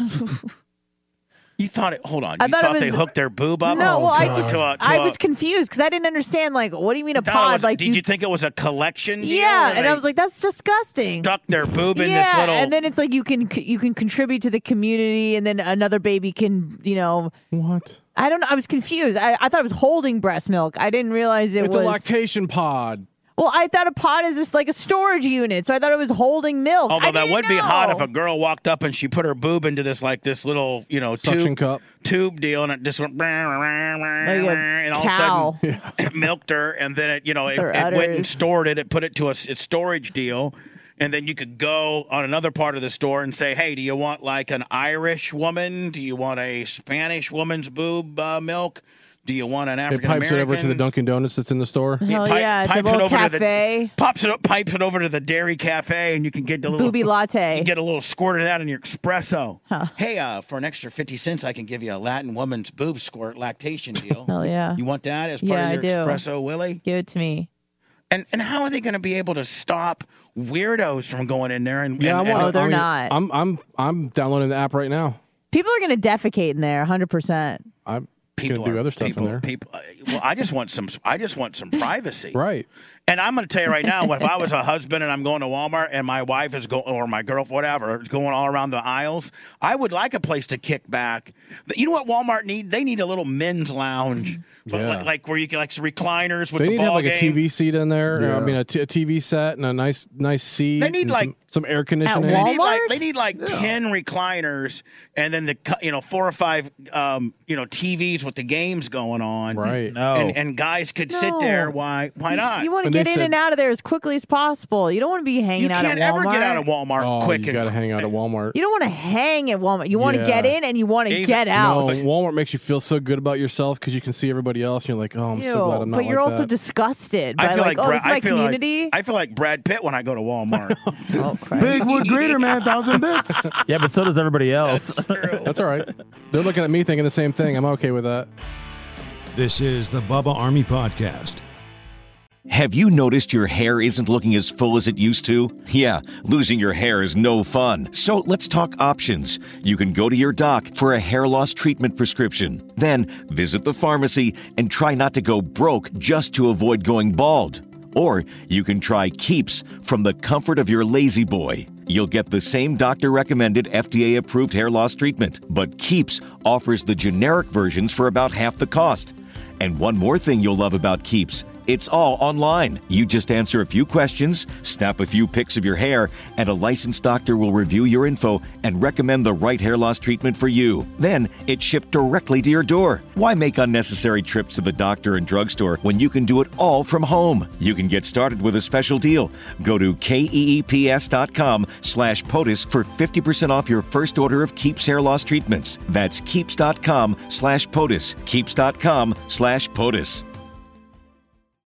B: you thought it? Hold on. You
F: I thought it
B: thought they
F: was-
B: hooked their boob
F: No,
B: up?
D: Oh,
F: well, I just
B: Oh, To a- to
F: I
B: a-
F: was confused because I didn't understand. Like, what do you mean a
B: I thought it
F: pod?
B: was-
F: like,
B: did you, think it was a collection? deal
F: yeah,
B: where
F: and
B: they
F: I was like, that's disgusting.
B: stuck their boob in
F: yeah,
B: this little.
F: and then it's like you can you can contribute to the community, and then another baby can you know
D: what?
F: I don't know. I was confused. I, I thought it was holding breast milk. I didn't realize it
D: It's
F: was.
D: a lactation pod.
F: well, I thought a pod is just like a storage unit, so I thought it was holding milk.
B: Although
F: I
B: that
F: didn't
B: would be hot
F: know.
B: if a girl walked up and she put her boob into this like this little you know
D: Suction
B: tube,
D: cup.
B: tube deal and it just went like
F: like a
B: and all
F: cow.
B: of a sudden <laughs> it milked her and then it you know it,
F: Their
B: it went and
F: udders.
B: stored it it put it to a s- its storage deal and then you could go on another part of the store and say hey do you want like an Irish woman do you want a Spanish woman's boob uh, milk do you want an
D: It
B: African
D: pipes
B: American
D: it over to the Dunkin' Donuts that's in the store.
F: Hell Oh, yeah, it's a little cafe.
B: To the, pops it up, pipes it over to the dairy cafe, and <laughs> you can get the little
F: Booby latte.
B: You get a little squirt of that in your espresso. Hey, uh, for an extra fifty cents, I can give you a Latin woman's boob squirt
F: <laughs>
B: lactation deal.
F: Hell yeah.
B: You want that as part
F: Yeah, I
B: of
F: do.
B: your espresso, Willie?
F: Give it to me.
B: And and how are they going to be able to stop weirdos from going in there? And
D: Yeah, I
B: and-
D: want.
F: Oh, they're
D: I mean,
F: not.
D: I'm I'm I'm downloading the app right now.
F: People are gonna defecate in there, hundred percent.
D: I'm
B: people
D: gonna do
B: are-
D: other stuff
B: people,
D: in there.
B: People, uh, well, I just want some. I just want
F: <laughs>
B: some privacy.
D: Right.
B: And I'm going to tell you right now, if I was a husband and I'm going to Walmart and my wife is going, or my girlfriend, whatever, is going all around the aisles, I would like a place to kick back. But You know what Walmart need? They need a little men's lounge, but
D: Yeah.
B: like, like where you can like recliners with
D: They
B: the
D: need to
B: ball
D: have like
B: game.
D: a TV seat in there. Or, I mean, a, t- a TV set and a nice nice seat.
B: They need,
D: and
B: like-
D: some, some air conditioning.
F: At
B: They need like,
F: Walmart?
B: they need like ten recliners, and then the cu- you know four or five um, you know TVs with the games going on.
D: Right.
E: No.
B: And, and guys could sit
F: No.
B: there. Why? Why not?
F: You want to
D: And they
F: get in
D: said-
F: and out of there as quickly as possible. You don't want to be hanging
B: You
F: out
B: can't
F: at Walmart.
B: ever get out of Walmart
D: Oh,
B: quick.
D: you
B: and-
D: got to hang out
B: <laughs>
D: at Walmart.
F: You don't want to hang at Walmart. You want
D: Yeah.
F: to get in and you want to
B: Even-
F: get out.
D: No, Walmart makes you feel so good about yourself because you can see everybody else. And you're like, oh, I'm
F: Ew,
D: so glad I'm not
F: but you're
D: like
F: also
D: that.
F: disgusted by
B: I feel
F: like, oh,
B: Brad-
F: this is my
B: I feel like-
F: community.
B: I feel like Brad Pitt when I go to Walmart.
F: <laughs>
B: <laughs>
F: oh, Christ.
C: Big wood grater, man. Thousand bits.
E: Yeah, but so
B: <laughs>
E: does everybody else.
D: That's all right. They're looking at me thinking the same thing. I'm okay with that.
A: This is the Bubba Army Podcast.
J: Have you noticed your hair isn't looking as full as it used to? Yeah, losing your hair is no fun. So let's talk options. You can go to your doc for a hair loss treatment prescription, then visit the pharmacy and try not to go broke just to avoid going bald. Or you can try Keeps from the comfort of your lazy boy. You'll get the same doctor recommended FDA approved hair loss treatment, but Keeps offers the generic versions for about half the cost. And one more thing you'll love about Keeps it's all online. You just answer a few questions, snap a few pics of your hair, and a licensed doctor will review your info and recommend the right hair loss treatment for you. Then it's shipped directly to your door. Why make unnecessary trips to the doctor and drugstore when you can do it all from home? You can get started with a special deal. Go to E keeps.com slash POTUS for 50% off your first order of Keeps hair loss treatments. That's keeps.com slash POTUS. Keeps.com slash POTUS.